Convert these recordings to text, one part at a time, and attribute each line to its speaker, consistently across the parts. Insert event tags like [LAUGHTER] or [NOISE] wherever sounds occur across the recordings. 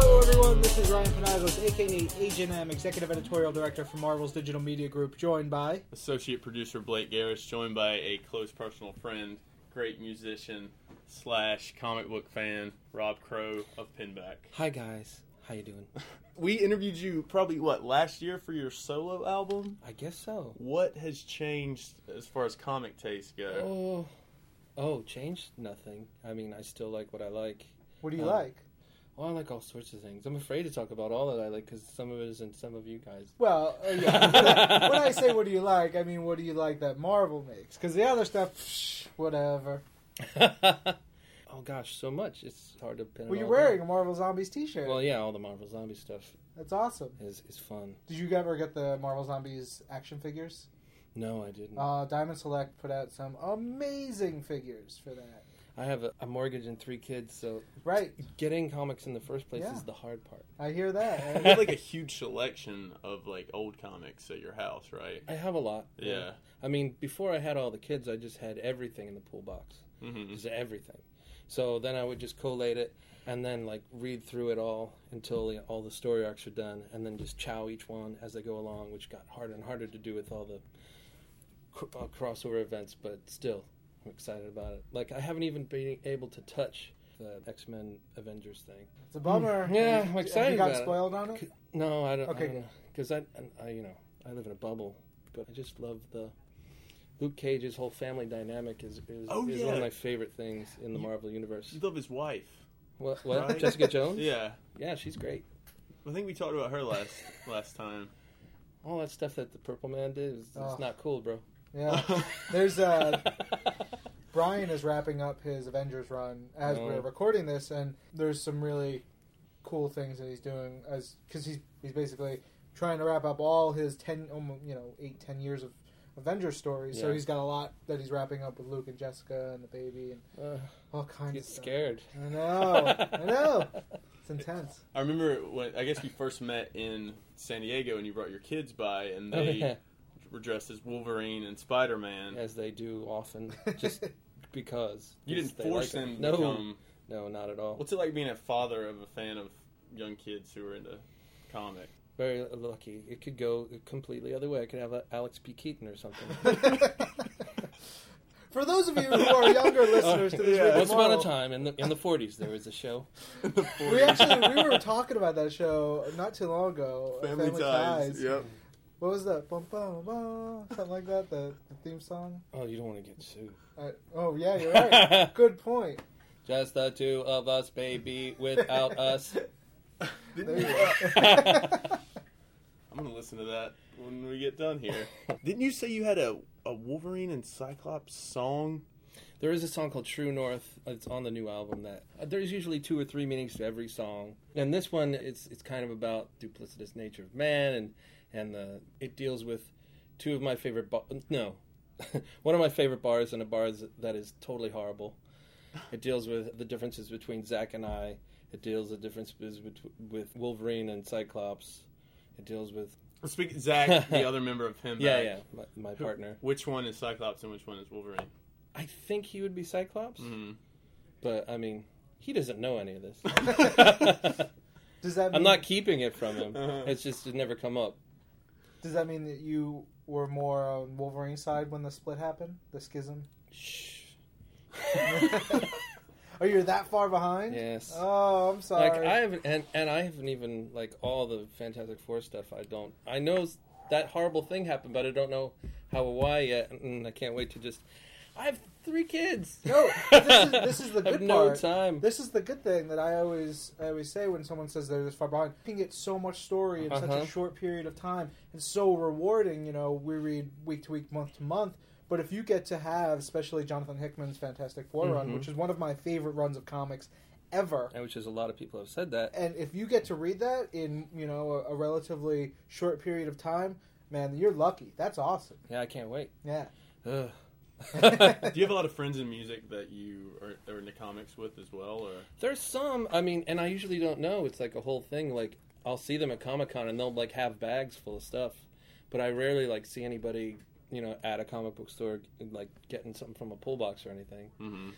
Speaker 1: This is Ryan Panagos, aka H&M, Executive Editorial Director for Marvel's Digital Media Group, joined by
Speaker 2: Associate producer Blake Garris, joined by a close personal friend, great musician slash comic book fan, Rob Crow of Pinback.
Speaker 3: Hi guys, how you doing?
Speaker 2: We interviewed you probably what last year for your solo album.
Speaker 3: I guess so.
Speaker 2: What has changed as far as comic tastes go?
Speaker 3: Oh, oh, changed nothing. I mean, I still like what I like.
Speaker 1: What
Speaker 3: do you like? Oh, I like all sorts of things. I'm afraid to talk about all that I like because some of it isn't some of you guys.
Speaker 1: [LAUGHS] Well, uh, yeah.
Speaker 3: [LAUGHS]
Speaker 1: when I say what do you like, I mean what do you like that Marvel makes? Because the other stuff, psh, whatever.
Speaker 3: oh gosh, so much. It's hard to pin. it
Speaker 1: Well, you're
Speaker 3: all down.
Speaker 1: wearing a Marvel Zombies T-shirt.
Speaker 3: Well, yeah, all the Marvel zombie stuff
Speaker 1: That's awesome.
Speaker 3: is is fun.
Speaker 1: Did you ever get the Marvel Zombies action figures?
Speaker 3: No, I didn't.
Speaker 1: Uh, Diamond Select put out some amazing figures for that.
Speaker 3: I have a, a mortgage and three kids, so
Speaker 1: Right,
Speaker 3: getting comics in the first place
Speaker 1: Yeah.
Speaker 3: is the hard part.
Speaker 1: I hear that.
Speaker 2: You
Speaker 3: [LAUGHS]
Speaker 2: have like a huge selection of like old comics at your house, right?
Speaker 3: I have a lot.
Speaker 2: Yeah.
Speaker 3: I mean, before I had all the kids, I just had everything in the pool box.
Speaker 2: hmm
Speaker 3: just everything. So then I would just collate it and then like read through it all until you know, all the story arcs are done, and then just chow each one as they go along, which got harder and harder to do with all the cr- uh, crossover events. But still, I'm excited about it. Like I haven't even been able to touch the X Men Avengers thing.
Speaker 1: It's a bummer.
Speaker 3: Mm. Yeah, I'm
Speaker 1: Have
Speaker 3: excited
Speaker 1: You got
Speaker 3: about it.
Speaker 1: spoiled on it.
Speaker 3: No, I don't.
Speaker 1: Okay,
Speaker 3: Okay, because I, I, you know, I live in a bubble, but I just love the. Luke Cage's whole family dynamic is is,
Speaker 2: Oh,
Speaker 3: is
Speaker 2: yeah.
Speaker 3: one of my favorite things in the
Speaker 2: You-
Speaker 3: Marvel universe.
Speaker 2: You love his wife,
Speaker 3: What? what?
Speaker 2: Right?
Speaker 3: Jessica Jones?
Speaker 2: yeah.
Speaker 3: Yeah, she's great.
Speaker 2: I think we talked about her last last time.
Speaker 3: All that stuff that the Purple Man did is
Speaker 1: Oh.
Speaker 3: it's not cool, bro.
Speaker 1: Yeah. There's uh,
Speaker 3: [LAUGHS]
Speaker 2: [LAUGHS]
Speaker 1: Brian is wrapping up his Avengers run as
Speaker 3: Oh.
Speaker 1: we're recording this, and there's some really cool things that he's doing as because he's he's basically trying to wrap up all his ten, almost, you know, eight ten years of Avengers stories. So
Speaker 3: Yeah.
Speaker 1: he's got a lot that he's wrapping up with Luke and Jessica and the baby and
Speaker 3: uh,
Speaker 1: all kinds.
Speaker 3: get
Speaker 1: of stuff.
Speaker 3: scared.
Speaker 1: I know. Oh, I
Speaker 3: [LAUGHS]
Speaker 1: know. It's intense.
Speaker 2: I remember when I guess we first met in San Diego, and you brought your kids by, and
Speaker 3: Oh,
Speaker 2: they
Speaker 3: yeah,
Speaker 2: were dressed as Wolverine and Spider Man.
Speaker 3: As they do
Speaker 1: [LAUGHS]
Speaker 3: often, just because
Speaker 2: You
Speaker 3: Because
Speaker 2: didn't
Speaker 3: they
Speaker 2: force
Speaker 3: like
Speaker 2: them
Speaker 3: it.
Speaker 2: to
Speaker 3: No,
Speaker 2: become.
Speaker 3: no, not at all.
Speaker 2: What's it like being a father of a fan of young kids who are into [LAUGHS] comic?
Speaker 3: Very lucky. It could go a completely other way. I could have a Alex P. Keaton
Speaker 1: [LAUGHS]
Speaker 3: or something.
Speaker 1: For those of you who are
Speaker 3: [LAUGHS] Oh,
Speaker 1: younger listeners to this,
Speaker 2: Yeah.
Speaker 1: Rick and
Speaker 3: Once upon a
Speaker 1: Mortal,
Speaker 3: time in the in the forties, there was a show.
Speaker 1: we actually
Speaker 2: [LAUGHS]
Speaker 1: we were talking about that show not too long ago.
Speaker 2: Yep.
Speaker 1: What was that? Bum, bum, bum, something like that. The, the theme song.
Speaker 3: Oh, you don't want to get sued.
Speaker 1: I, oh yeah, you're
Speaker 3: [LAUGHS]
Speaker 1: right. Good point.
Speaker 3: Just the two of us, baby. Without us,
Speaker 1: [LAUGHS] There
Speaker 3: [LAUGHS]
Speaker 1: you
Speaker 3: go.
Speaker 2: I'm gonna listen to that when we get done [LAUGHS] here. Didn't you say you had a, a Wolverine and Cyclops song?
Speaker 3: There is a song called True North. It's on the new album that uh, there's usually two or three meanings to every song. And this one it's it's kind of about duplicitous nature of man and and the it deals with two of my favorite ba- no. [LAUGHS] one of my favorite bars and a bar is- that is totally horrible. It deals with the differences between Zack and I. It deals with the differences betw- with Wolverine and Cyclops. It deals with
Speaker 2: Let's Speak Zach,
Speaker 3: [LAUGHS]
Speaker 2: the other member of him.
Speaker 3: yeah, yeah, my, my
Speaker 2: Who-
Speaker 3: partner.
Speaker 2: Which one is Cyclops and which one is Wolverine?
Speaker 3: I think he would be Cyclops,
Speaker 2: Mm.
Speaker 3: but I mean, he doesn't know any of [LAUGHS]
Speaker 1: [LAUGHS]
Speaker 3: this.
Speaker 1: Does that? Mean,
Speaker 3: I'm not keeping it from him.
Speaker 2: Uh-huh.
Speaker 3: It's just it never come up.
Speaker 1: Does that mean that you were more on Wolverine's side when the split happened, the schism? [LAUGHS]
Speaker 3: Shh.
Speaker 1: Oh, you're that far behind.
Speaker 3: yes.
Speaker 1: Oh, I'm sorry.
Speaker 3: like I haven't, and, and I haven't even like all the Fantastic Four stuff. I don't. I know s- that horrible thing happened, but I don't know how or why yet, and I can't wait to just. I have three kids.
Speaker 1: No, this is- this is the
Speaker 3: [LAUGHS] I have
Speaker 1: good
Speaker 3: no
Speaker 1: part.
Speaker 3: time.
Speaker 1: This is the good thing that I always I always say when someone says they're this far behind. You can get so much story in such
Speaker 3: Uh-huh.
Speaker 1: a short period of time. It's so rewarding. You know, we read week to week, month to month. But if you get to have, especially Jonathan Hickman's Fantastic 4 run,
Speaker 3: Mhm.
Speaker 1: which is one of my favorite runs of comics ever,
Speaker 3: And which is a lot of people have said that.
Speaker 1: and if you get to read that in you know a, a relatively short period of time, man, you're lucky. That's awesome.
Speaker 3: Yeah, I can't wait.
Speaker 1: Yeah.
Speaker 3: Ugh.
Speaker 2: [LAUGHS]
Speaker 1: [LAUGHS]
Speaker 3: [LAUGHS]
Speaker 2: Do you have a lot of friends in music that you are, are into comics with as well, or
Speaker 3: There's some, I mean, and I usually don't know. It's like a whole thing. Like I'll see them at Comic Con, and they'll like have bags full of stuff, but I rarely like see anybody, you know, at a comic book store like getting something from a pull box or anything.
Speaker 2: mm-hmm.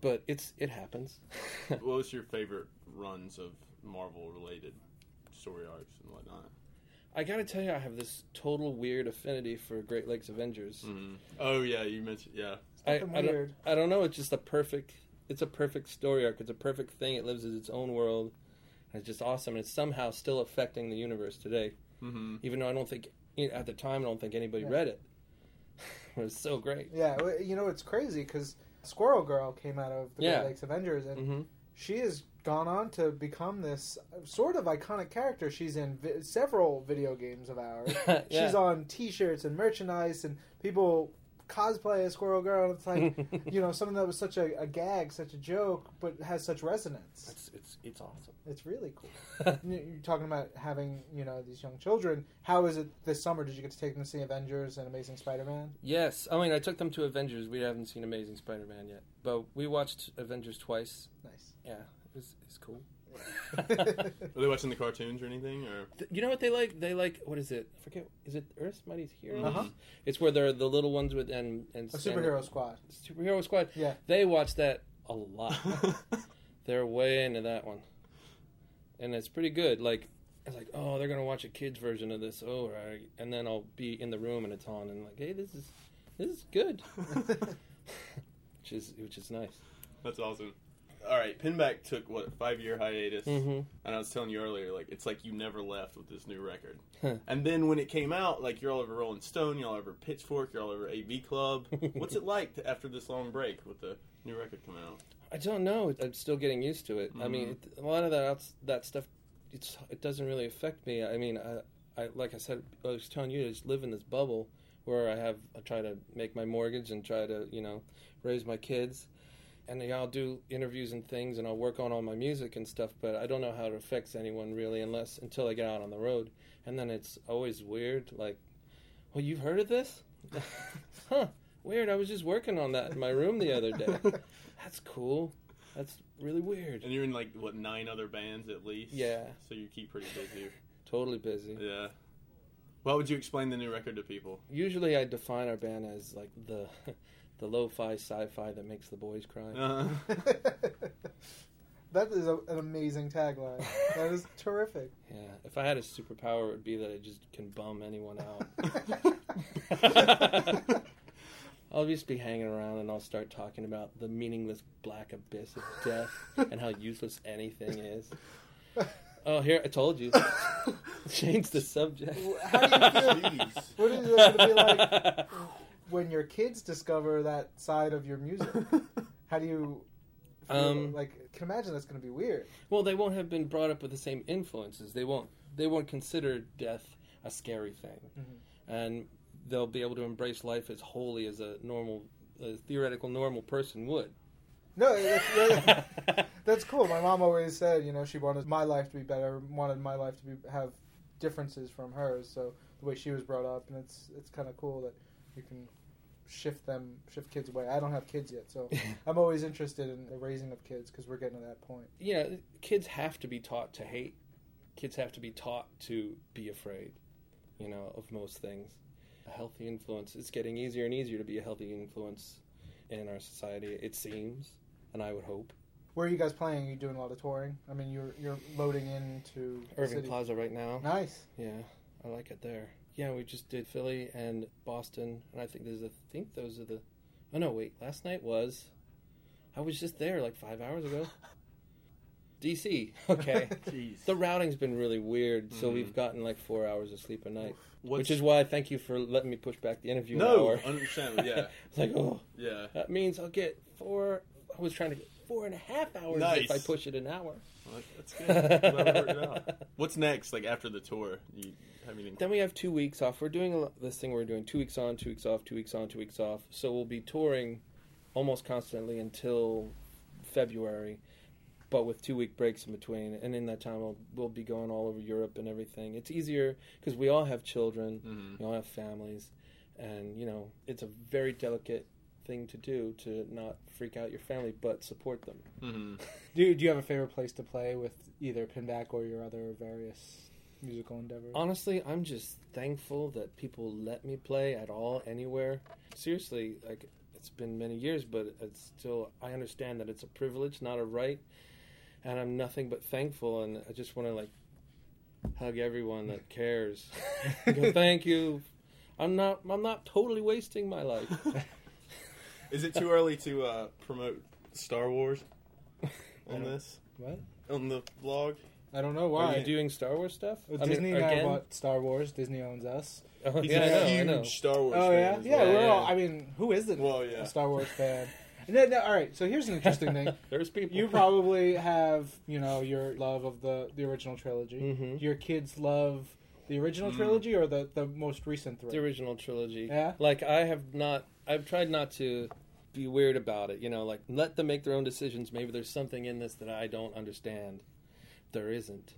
Speaker 3: but it's it happens. [LAUGHS]
Speaker 2: What was your favorite runs of Marvel related story arcs and whatnot?
Speaker 3: I gotta tell you, I have this total weird affinity for Great Lakes Avengers.
Speaker 2: Mm. Oh yeah, you mentioned yeah.
Speaker 3: I, I,
Speaker 1: Fucking
Speaker 3: don't,
Speaker 1: weird.
Speaker 3: I don't know. It's just a perfect. It's a perfect story arc. It's a perfect thing. It lives in its own world, and it's just awesome. And it's somehow still affecting the universe today,
Speaker 2: hmm
Speaker 3: even though I don't think you know, at the time I don't think anybody
Speaker 1: Yeah.
Speaker 3: read it. [LAUGHS] it was so great.
Speaker 1: Yeah, well, you know it's crazy because Squirrel Girl came out of the
Speaker 3: Yeah.
Speaker 1: Great Lakes Avengers, and
Speaker 3: hmm
Speaker 1: she has gone on to become this sort of iconic character. She's in vi- several video games of ours.
Speaker 3: [LAUGHS] [LAUGHS] yeah.
Speaker 1: She's on T-shirts and merchandise, and people cosplay as Squirrel Girl. And it's
Speaker 3: [LAUGHS]
Speaker 1: like you know something that was such a, a gag, such a joke, but has such resonance.
Speaker 3: it's, it's it's awesome.
Speaker 1: It's really cool. You- You're talking about having you know these young children. How is it this summer? Did you get to take them to see Avengers and Amazing Spider-Man?
Speaker 3: Yes, I mean I took them to Avengers. We haven't seen Amazing Spider-Man yet, but we watched Avengers twice.
Speaker 1: Nice. [LAUGHS]
Speaker 3: Yeah, it's it's cool.
Speaker 2: Were they watching the cartoons or anything? Or
Speaker 3: Th- You know what they like? They like what is it? I forget. Is it Earth's Mightiest Heroes?
Speaker 1: Uh-huh. Oh,
Speaker 3: It's where they're the little ones with and and
Speaker 1: a
Speaker 3: stand-
Speaker 1: superhero squad. [LAUGHS]
Speaker 3: superhero squad.
Speaker 1: Yeah.
Speaker 3: they watch that a lot. [LAUGHS] they're way into that one, and it's pretty good. Like it's like oh they're gonna watch a kids version of this. Oh right, and then I'll be in the room and it's on and like hey this is this is good, [LAUGHS] which is which is nice.
Speaker 2: [LAUGHS] That's awesome. All right, Pinback took what a five year hiatus,
Speaker 3: Mm-hmm.
Speaker 2: and I was telling you earlier, like it's like you never left with this new record.
Speaker 3: Huh.
Speaker 2: and then when it came out, like you're all over Rolling Stone, you're all over Pitchfork, you're all over AV
Speaker 3: [LAUGHS]
Speaker 2: Club. What's it like to, after this long break with the new record coming out?
Speaker 3: I don't know. I'm still getting used to it. I mean, it, a lot of that outs- that stuff, it's, it doesn't really affect me. I mean, I, I like I said, I was telling you, I just live in this bubble where I have I try to make my mortgage and try to you know raise my kids, and you know, I'll do interviews and things, and I'll work on all my music and stuff. But I don't know how it affects anyone really, unless until I get out on the road, and then it's always weird. Like, well, you've heard of this? huh? Weird. I was just working on that in my room [LAUGHS] the other day. That's cool. That's really
Speaker 2: [LAUGHS]
Speaker 3: weird.
Speaker 2: And you're in like what nine other bands at least.
Speaker 3: Yeah.
Speaker 2: So you keep pretty busy.
Speaker 3: Totally busy.
Speaker 2: Yeah. Why would you explain the new record to people?
Speaker 3: Usually, I define our band as like the [LAUGHS] the lo-fi sci-fi that makes the boys cry.
Speaker 2: Uh,
Speaker 1: that is a, an amazing tagline. That
Speaker 2: [LAUGHS]
Speaker 1: is terrific.
Speaker 3: Yeah. If I had a superpower, it would be that I just can bum anyone out. I'll just be hanging around and I'll start talking about the meaningless black abyss of [LAUGHS] death
Speaker 2: [LAUGHS]
Speaker 3: and how [LAUGHS] useless anything is. Oh, here I told
Speaker 2: [LAUGHS]
Speaker 3: you. Change the subject.
Speaker 1: How do you
Speaker 3: [LAUGHS]
Speaker 1: feel?
Speaker 2: Jeez.
Speaker 1: What is it going to be like [LAUGHS] when your kids discover that side of your music? How do you? feel?
Speaker 3: Um,
Speaker 1: like, can imagine that's going to be weird.
Speaker 3: Well, they won't have been brought up with the same influences. They won't. They won't consider death a scary thing, and they'll be able to embrace life as wholly as a normal, a theoretical normal person [LAUGHS] would.
Speaker 1: No, that's,
Speaker 2: [LAUGHS]
Speaker 1: that's- that's cool. My mom always said, you know, she wanted my life to be better, wanted my life to be have differences from hers. So the way she was brought up, and it's it's kind of cool that you can shift them, shift kids away. I don't have kids yet, so I'm always interested in the raising of kids because we're getting to that point.
Speaker 3: you know, kids have to be taught to hate. Kids have to be taught to be afraid, you know, of most things. A healthy influence. It's getting easier and easier to be a healthy influence in our society, it seems, and I would hope.
Speaker 1: Where are you guys playing? Are you doing a lot of touring? I mean, you're you're loading into the
Speaker 3: Irving
Speaker 1: city.
Speaker 3: Plaza right now.
Speaker 1: [LAUGHS] Nice.
Speaker 3: Yeah, I like it there. Yeah, we just did Philly and Boston, and I think there's a I think those are the. Oh no, wait. Last night was. I was just there like five
Speaker 2: [LAUGHS]
Speaker 3: hours ago. DC.
Speaker 1: [LAUGHS]
Speaker 3: Okay.
Speaker 2: Jeez.
Speaker 3: the routing's been really weird, so
Speaker 2: Mhm.
Speaker 3: we've gotten like four hours of sleep a night,
Speaker 2: What's-
Speaker 3: which is why I thank you for letting me push back the interview.
Speaker 2: no,
Speaker 3: an hour. [LAUGHS]
Speaker 2: understandable. Yeah,
Speaker 3: it's like oh,
Speaker 2: yeah.
Speaker 3: that means I'll get four. I was trying to get four and a half hours
Speaker 2: Nice.
Speaker 3: if I push it an hour.
Speaker 2: Well, that's good.
Speaker 3: [LAUGHS]
Speaker 2: Glad we worked it out. What's next? Like after the tour, you have anything?
Speaker 3: Then we have two weeks off. We're doing a lot, this thing. We're doing two weeks on, two weeks off, two weeks on, two weeks off. So we'll be touring almost constantly until February, but with two week breaks in between. And in that time, we'll, we'll be going all over Europe and everything. It's easier because we all have children,
Speaker 2: Mhm.
Speaker 3: we all have families, and you know it's a very delicate thing to do to not freak out your family but support them.
Speaker 2: Mhm.
Speaker 1: Do Do you have a favorite place to play with either Pinback or your other various musical endeavors? [LAUGHS]
Speaker 3: Honestly, I'm just thankful that people let me play at all anywhere. Seriously, like it's been many years, but it's still, I understand that it's a privilege, not a right. And I'm nothing but thankful. And I just want to like hug everyone
Speaker 1: [LAUGHS]
Speaker 3: that cares. Go, Thank you. I'm not, I'm not totally wasting my
Speaker 1: [LAUGHS]
Speaker 3: life.
Speaker 2: [LAUGHS] Is it too early to uh, promote Star Wars
Speaker 3: I
Speaker 2: on
Speaker 3: don't-
Speaker 2: this?
Speaker 4: What?
Speaker 2: On the vlog?
Speaker 1: I don't know
Speaker 3: Are
Speaker 1: why.
Speaker 3: you doing Star Wars stuff?
Speaker 4: Well,
Speaker 3: I mean,
Speaker 4: Disney and I
Speaker 3: again?
Speaker 4: bought Star Wars. Disney owns us.
Speaker 3: Oh,
Speaker 2: He's
Speaker 3: yeah,
Speaker 2: a
Speaker 3: I know,
Speaker 2: huge
Speaker 3: I know.
Speaker 2: Star Wars
Speaker 1: Oh
Speaker 2: fan.
Speaker 1: yeah,
Speaker 2: as
Speaker 1: yeah.
Speaker 2: well.
Speaker 1: we're
Speaker 3: yeah,
Speaker 1: all.
Speaker 3: yeah.
Speaker 1: I mean, who isn't
Speaker 2: Well, yeah.
Speaker 1: a Star
Speaker 3: [LAUGHS]
Speaker 1: Wars fan? And then, all right. So here's an interesting thing. [LAUGHS]
Speaker 3: There's people.
Speaker 1: You probably have, you know, your love of the the original trilogy.
Speaker 3: Mhm.
Speaker 1: Your kids love the original
Speaker 2: Mm.
Speaker 1: trilogy or the the most recent three.
Speaker 3: the original trilogy.
Speaker 1: Yeah? [LAUGHS]
Speaker 3: Like I have not. I've tried not to be weird about it. You know, like let them make their own decisions. Maybe there's something in this that I don't understand. There isn't.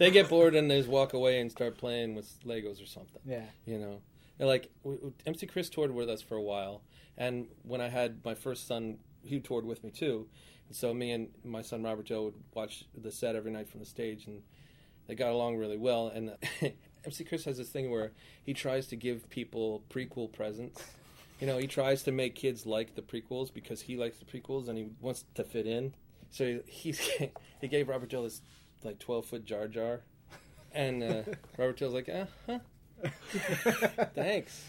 Speaker 3: they get bored and they just walk away and start playing with Legos or something.
Speaker 1: yeah.
Speaker 3: You know, and like w- w- MC Chris toured with us for a while, and when I had my first son, he toured with me too. And so me and my son Robert Joe would watch the set every night from the stage, and they got along really well. And [LAUGHS] MC Chris has this thing where he tries to give people prequel presents. You know, he tries to make kids like the prequels because he likes the prequels and he wants to fit in. So he [LAUGHS] he, he gave Robert Joe this like twelve foot Jar Jar,
Speaker 1: [LAUGHS]
Speaker 3: and uh, Robert Joe's like, uh huh. Thanks.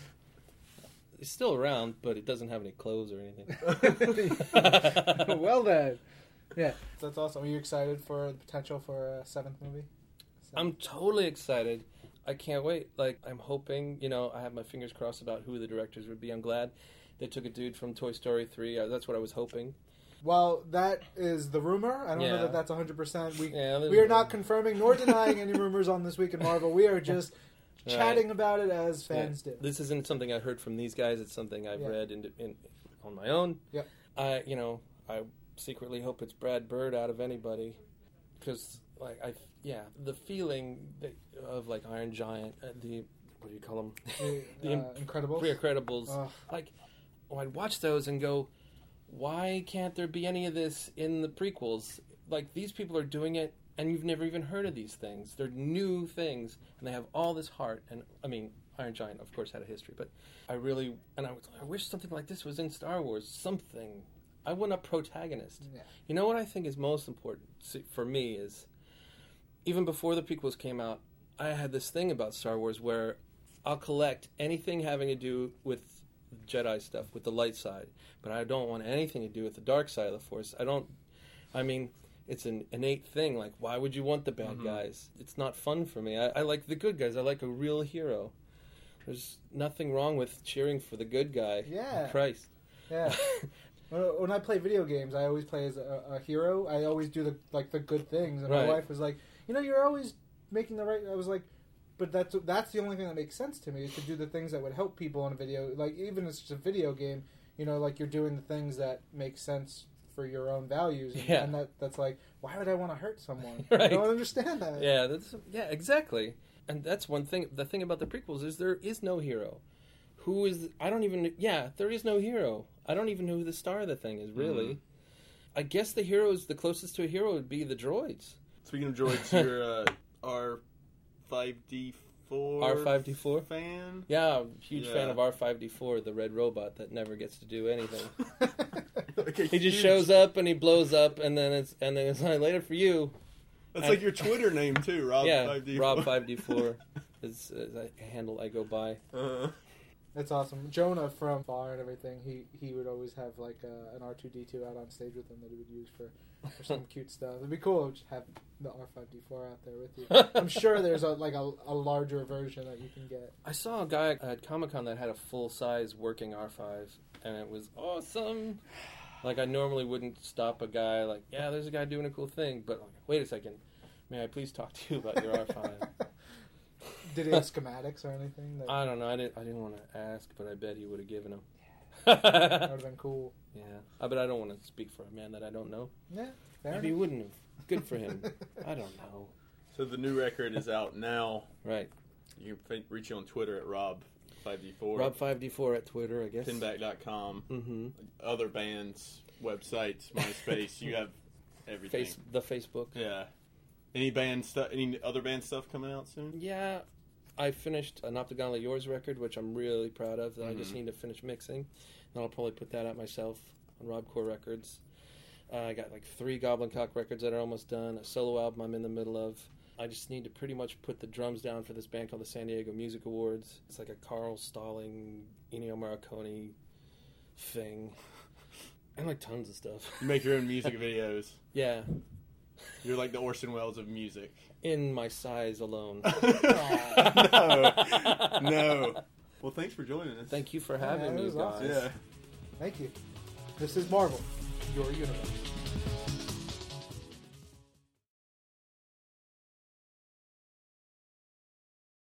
Speaker 3: It's still around, but it doesn't have any clothes
Speaker 1: [LAUGHS]
Speaker 3: or anything.
Speaker 1: [LAUGHS] well then, yeah, that's awesome. Are you excited for the potential for a seventh movie?
Speaker 3: I'm totally excited. I can't wait. Like, I'm hoping, you know, I have my fingers crossed about who the directors would be. I'm glad they took a dude from Toy Story 3. Uh, That's what I was hoping.
Speaker 1: Well, that is the rumor. I don't know
Speaker 3: Yeah.
Speaker 1: that that's 100. percent We
Speaker 3: Yeah,
Speaker 1: we are not confirming nor denying any rumors on this week in Marvel. We are just
Speaker 3: Right.
Speaker 1: chatting about it as
Speaker 3: Yeah.
Speaker 1: fans do.
Speaker 3: This isn't something I heard from these guys. It's something I've
Speaker 1: Yeah.
Speaker 3: read in, in, on my own.
Speaker 1: Yep.
Speaker 3: I, you know, I secretly hope it's Brad Bird out of anybody, because like I, yeah, the feeling that, of like Iron Giant, uh, the what do you call them?
Speaker 1: [LAUGHS] The,
Speaker 3: the
Speaker 1: uh, Incredibles.
Speaker 3: Pre Credibles.
Speaker 1: Ugh.
Speaker 3: Like, oh, I'd watch those and go, why can't there be any of this in the prequels? Like, these people are doing it, and you've never even heard of these things. They're new things, and they have all this heart. And, I mean, Iron Giant, of course, had a history, but I really, and I, was- I wish something like this was in Star Wars. Something. I want a protagonist.
Speaker 1: Yeah.
Speaker 3: You know what I think is most important s- for me is even before the prequels came out, I had this thing about Star Wars where I'll collect anything having to do with Jedi stuff, with the light side, but I don't want anything to do with the dark side of the Force. I don't. I mean, it's an innate thing. Like, why would you want the bad guys? It's not fun for me. I, I like the good guys. I like a real hero. There's nothing wrong with cheering for the good guy.
Speaker 1: Yeah.
Speaker 3: Christ. [LAUGHS]
Speaker 1: Yeah. When when I play video games, I always play as a, a hero. I always do the like the good things. And
Speaker 3: Right.
Speaker 1: my wife was like, "You know, you're always making the right." I was like, "But that's that's the only thing that makes sense to me is to do the things that would help people in a video. Like even if it's just a video game, you know, like you're doing the things that make sense for your own values. And,
Speaker 3: Yeah.
Speaker 1: and that that's like, why would I want to hurt
Speaker 3: [LAUGHS]
Speaker 1: someone? I
Speaker 3: Right.
Speaker 1: don't understand that. [LAUGHS]
Speaker 3: Yeah, that's yeah, exactly. And that's one thing. The thing about the prequels is there is no hero. Who is? I don't even. Yeah, there is no hero. I don't even know who the star of the thing is really.
Speaker 2: Mm-hmm.
Speaker 3: I guess the heroes, the closest to a hero would be the droids.
Speaker 2: Speaking of
Speaker 3: [LAUGHS]
Speaker 2: droids, you're uh, R five D four
Speaker 3: R5D4?
Speaker 2: fan.
Speaker 3: Yeah, I'm a huge fan
Speaker 2: Yeah.
Speaker 3: of R five D four, the red robot that never gets to
Speaker 2: [LAUGHS]
Speaker 3: do anything.
Speaker 2: Like a
Speaker 3: he just
Speaker 2: huge-
Speaker 3: shows up and he blows up, and then it's and then it's [LAUGHS] like later for you.
Speaker 2: That's like your Twitter name too, Rob.
Speaker 3: yeah,
Speaker 2: 5D4.
Speaker 3: Rob five
Speaker 2: [LAUGHS]
Speaker 3: D four is is a handle I go by.
Speaker 2: Uh,
Speaker 1: That's awesome. Jonah from Far and everything, he he would always have like uh, an R two D two out on stage with him that he would use for, for some cute stuff. It'd be cool to just have the R five D four out there with you. [LAUGHS]
Speaker 3: [LAUGHS]
Speaker 1: I'm sure there's a like a, a larger version that you can get.
Speaker 3: I saw a guy at Comic Con that had a full size working R5, and it was awesome. Like, I normally wouldn't stop a guy, like, yeah, there's a guy doing a cool thing, but like, wait a second, may I please talk to you about your R5?
Speaker 1: [LAUGHS] Did he have schematics or anything? That,
Speaker 3: I don't know, I didn't, I didn't want to ask, but I bet he would have
Speaker 1: [LAUGHS]
Speaker 3: given him. Uh,
Speaker 1: that
Speaker 3: yeah,
Speaker 1: would have been cool.
Speaker 3: [LAUGHS] I bet I don't want to speak for a man that I don't know.
Speaker 1: Yeah, fair
Speaker 3: Maybe he
Speaker 1: enough.
Speaker 3: wouldn't have. Good for him.
Speaker 1: [LAUGHS]
Speaker 3: I don't know.
Speaker 2: so the new record is out now.
Speaker 3: Right.
Speaker 2: You can fin- reach you on Twitter at Rob five D four.
Speaker 3: Rob5d4 at Twitter, I guess.
Speaker 2: Pinback.com,
Speaker 3: Mm-hmm.
Speaker 2: other bands, websites, MySpace. you have everything.
Speaker 3: Face, the Facebook.
Speaker 2: Yeah. Any band stuff? Any other band stuff coming out soon?
Speaker 3: Yeah, I finished an Optagonally Yours record, which I'm really proud of. That I just
Speaker 2: Mhm.
Speaker 3: need to finish mixing. and I'll probably put that out myself on Rob Core Records. Uh, I got like three Goblin Cock records that are almost done, a solo album I'm in the middle of. I just need to pretty much put the drums down for this band called the San Diego Music Awards. It's like a Carl Stalling, Ennio Morricone thing. [LAUGHS] And like tons of stuff.
Speaker 2: You make your own
Speaker 3: [LAUGHS]
Speaker 2: music videos.
Speaker 3: Yeah,
Speaker 2: You're like the Orson Welles of music.
Speaker 3: in my
Speaker 2: [LAUGHS]
Speaker 3: size alone.
Speaker 2: no, no. Well, thanks for joining us.
Speaker 3: Thank you for
Speaker 1: Yeah,
Speaker 3: having
Speaker 1: it
Speaker 3: me,
Speaker 1: was
Speaker 3: guys.
Speaker 1: awesome.
Speaker 2: Yeah.
Speaker 1: Thank you. This is Marvel, your universe.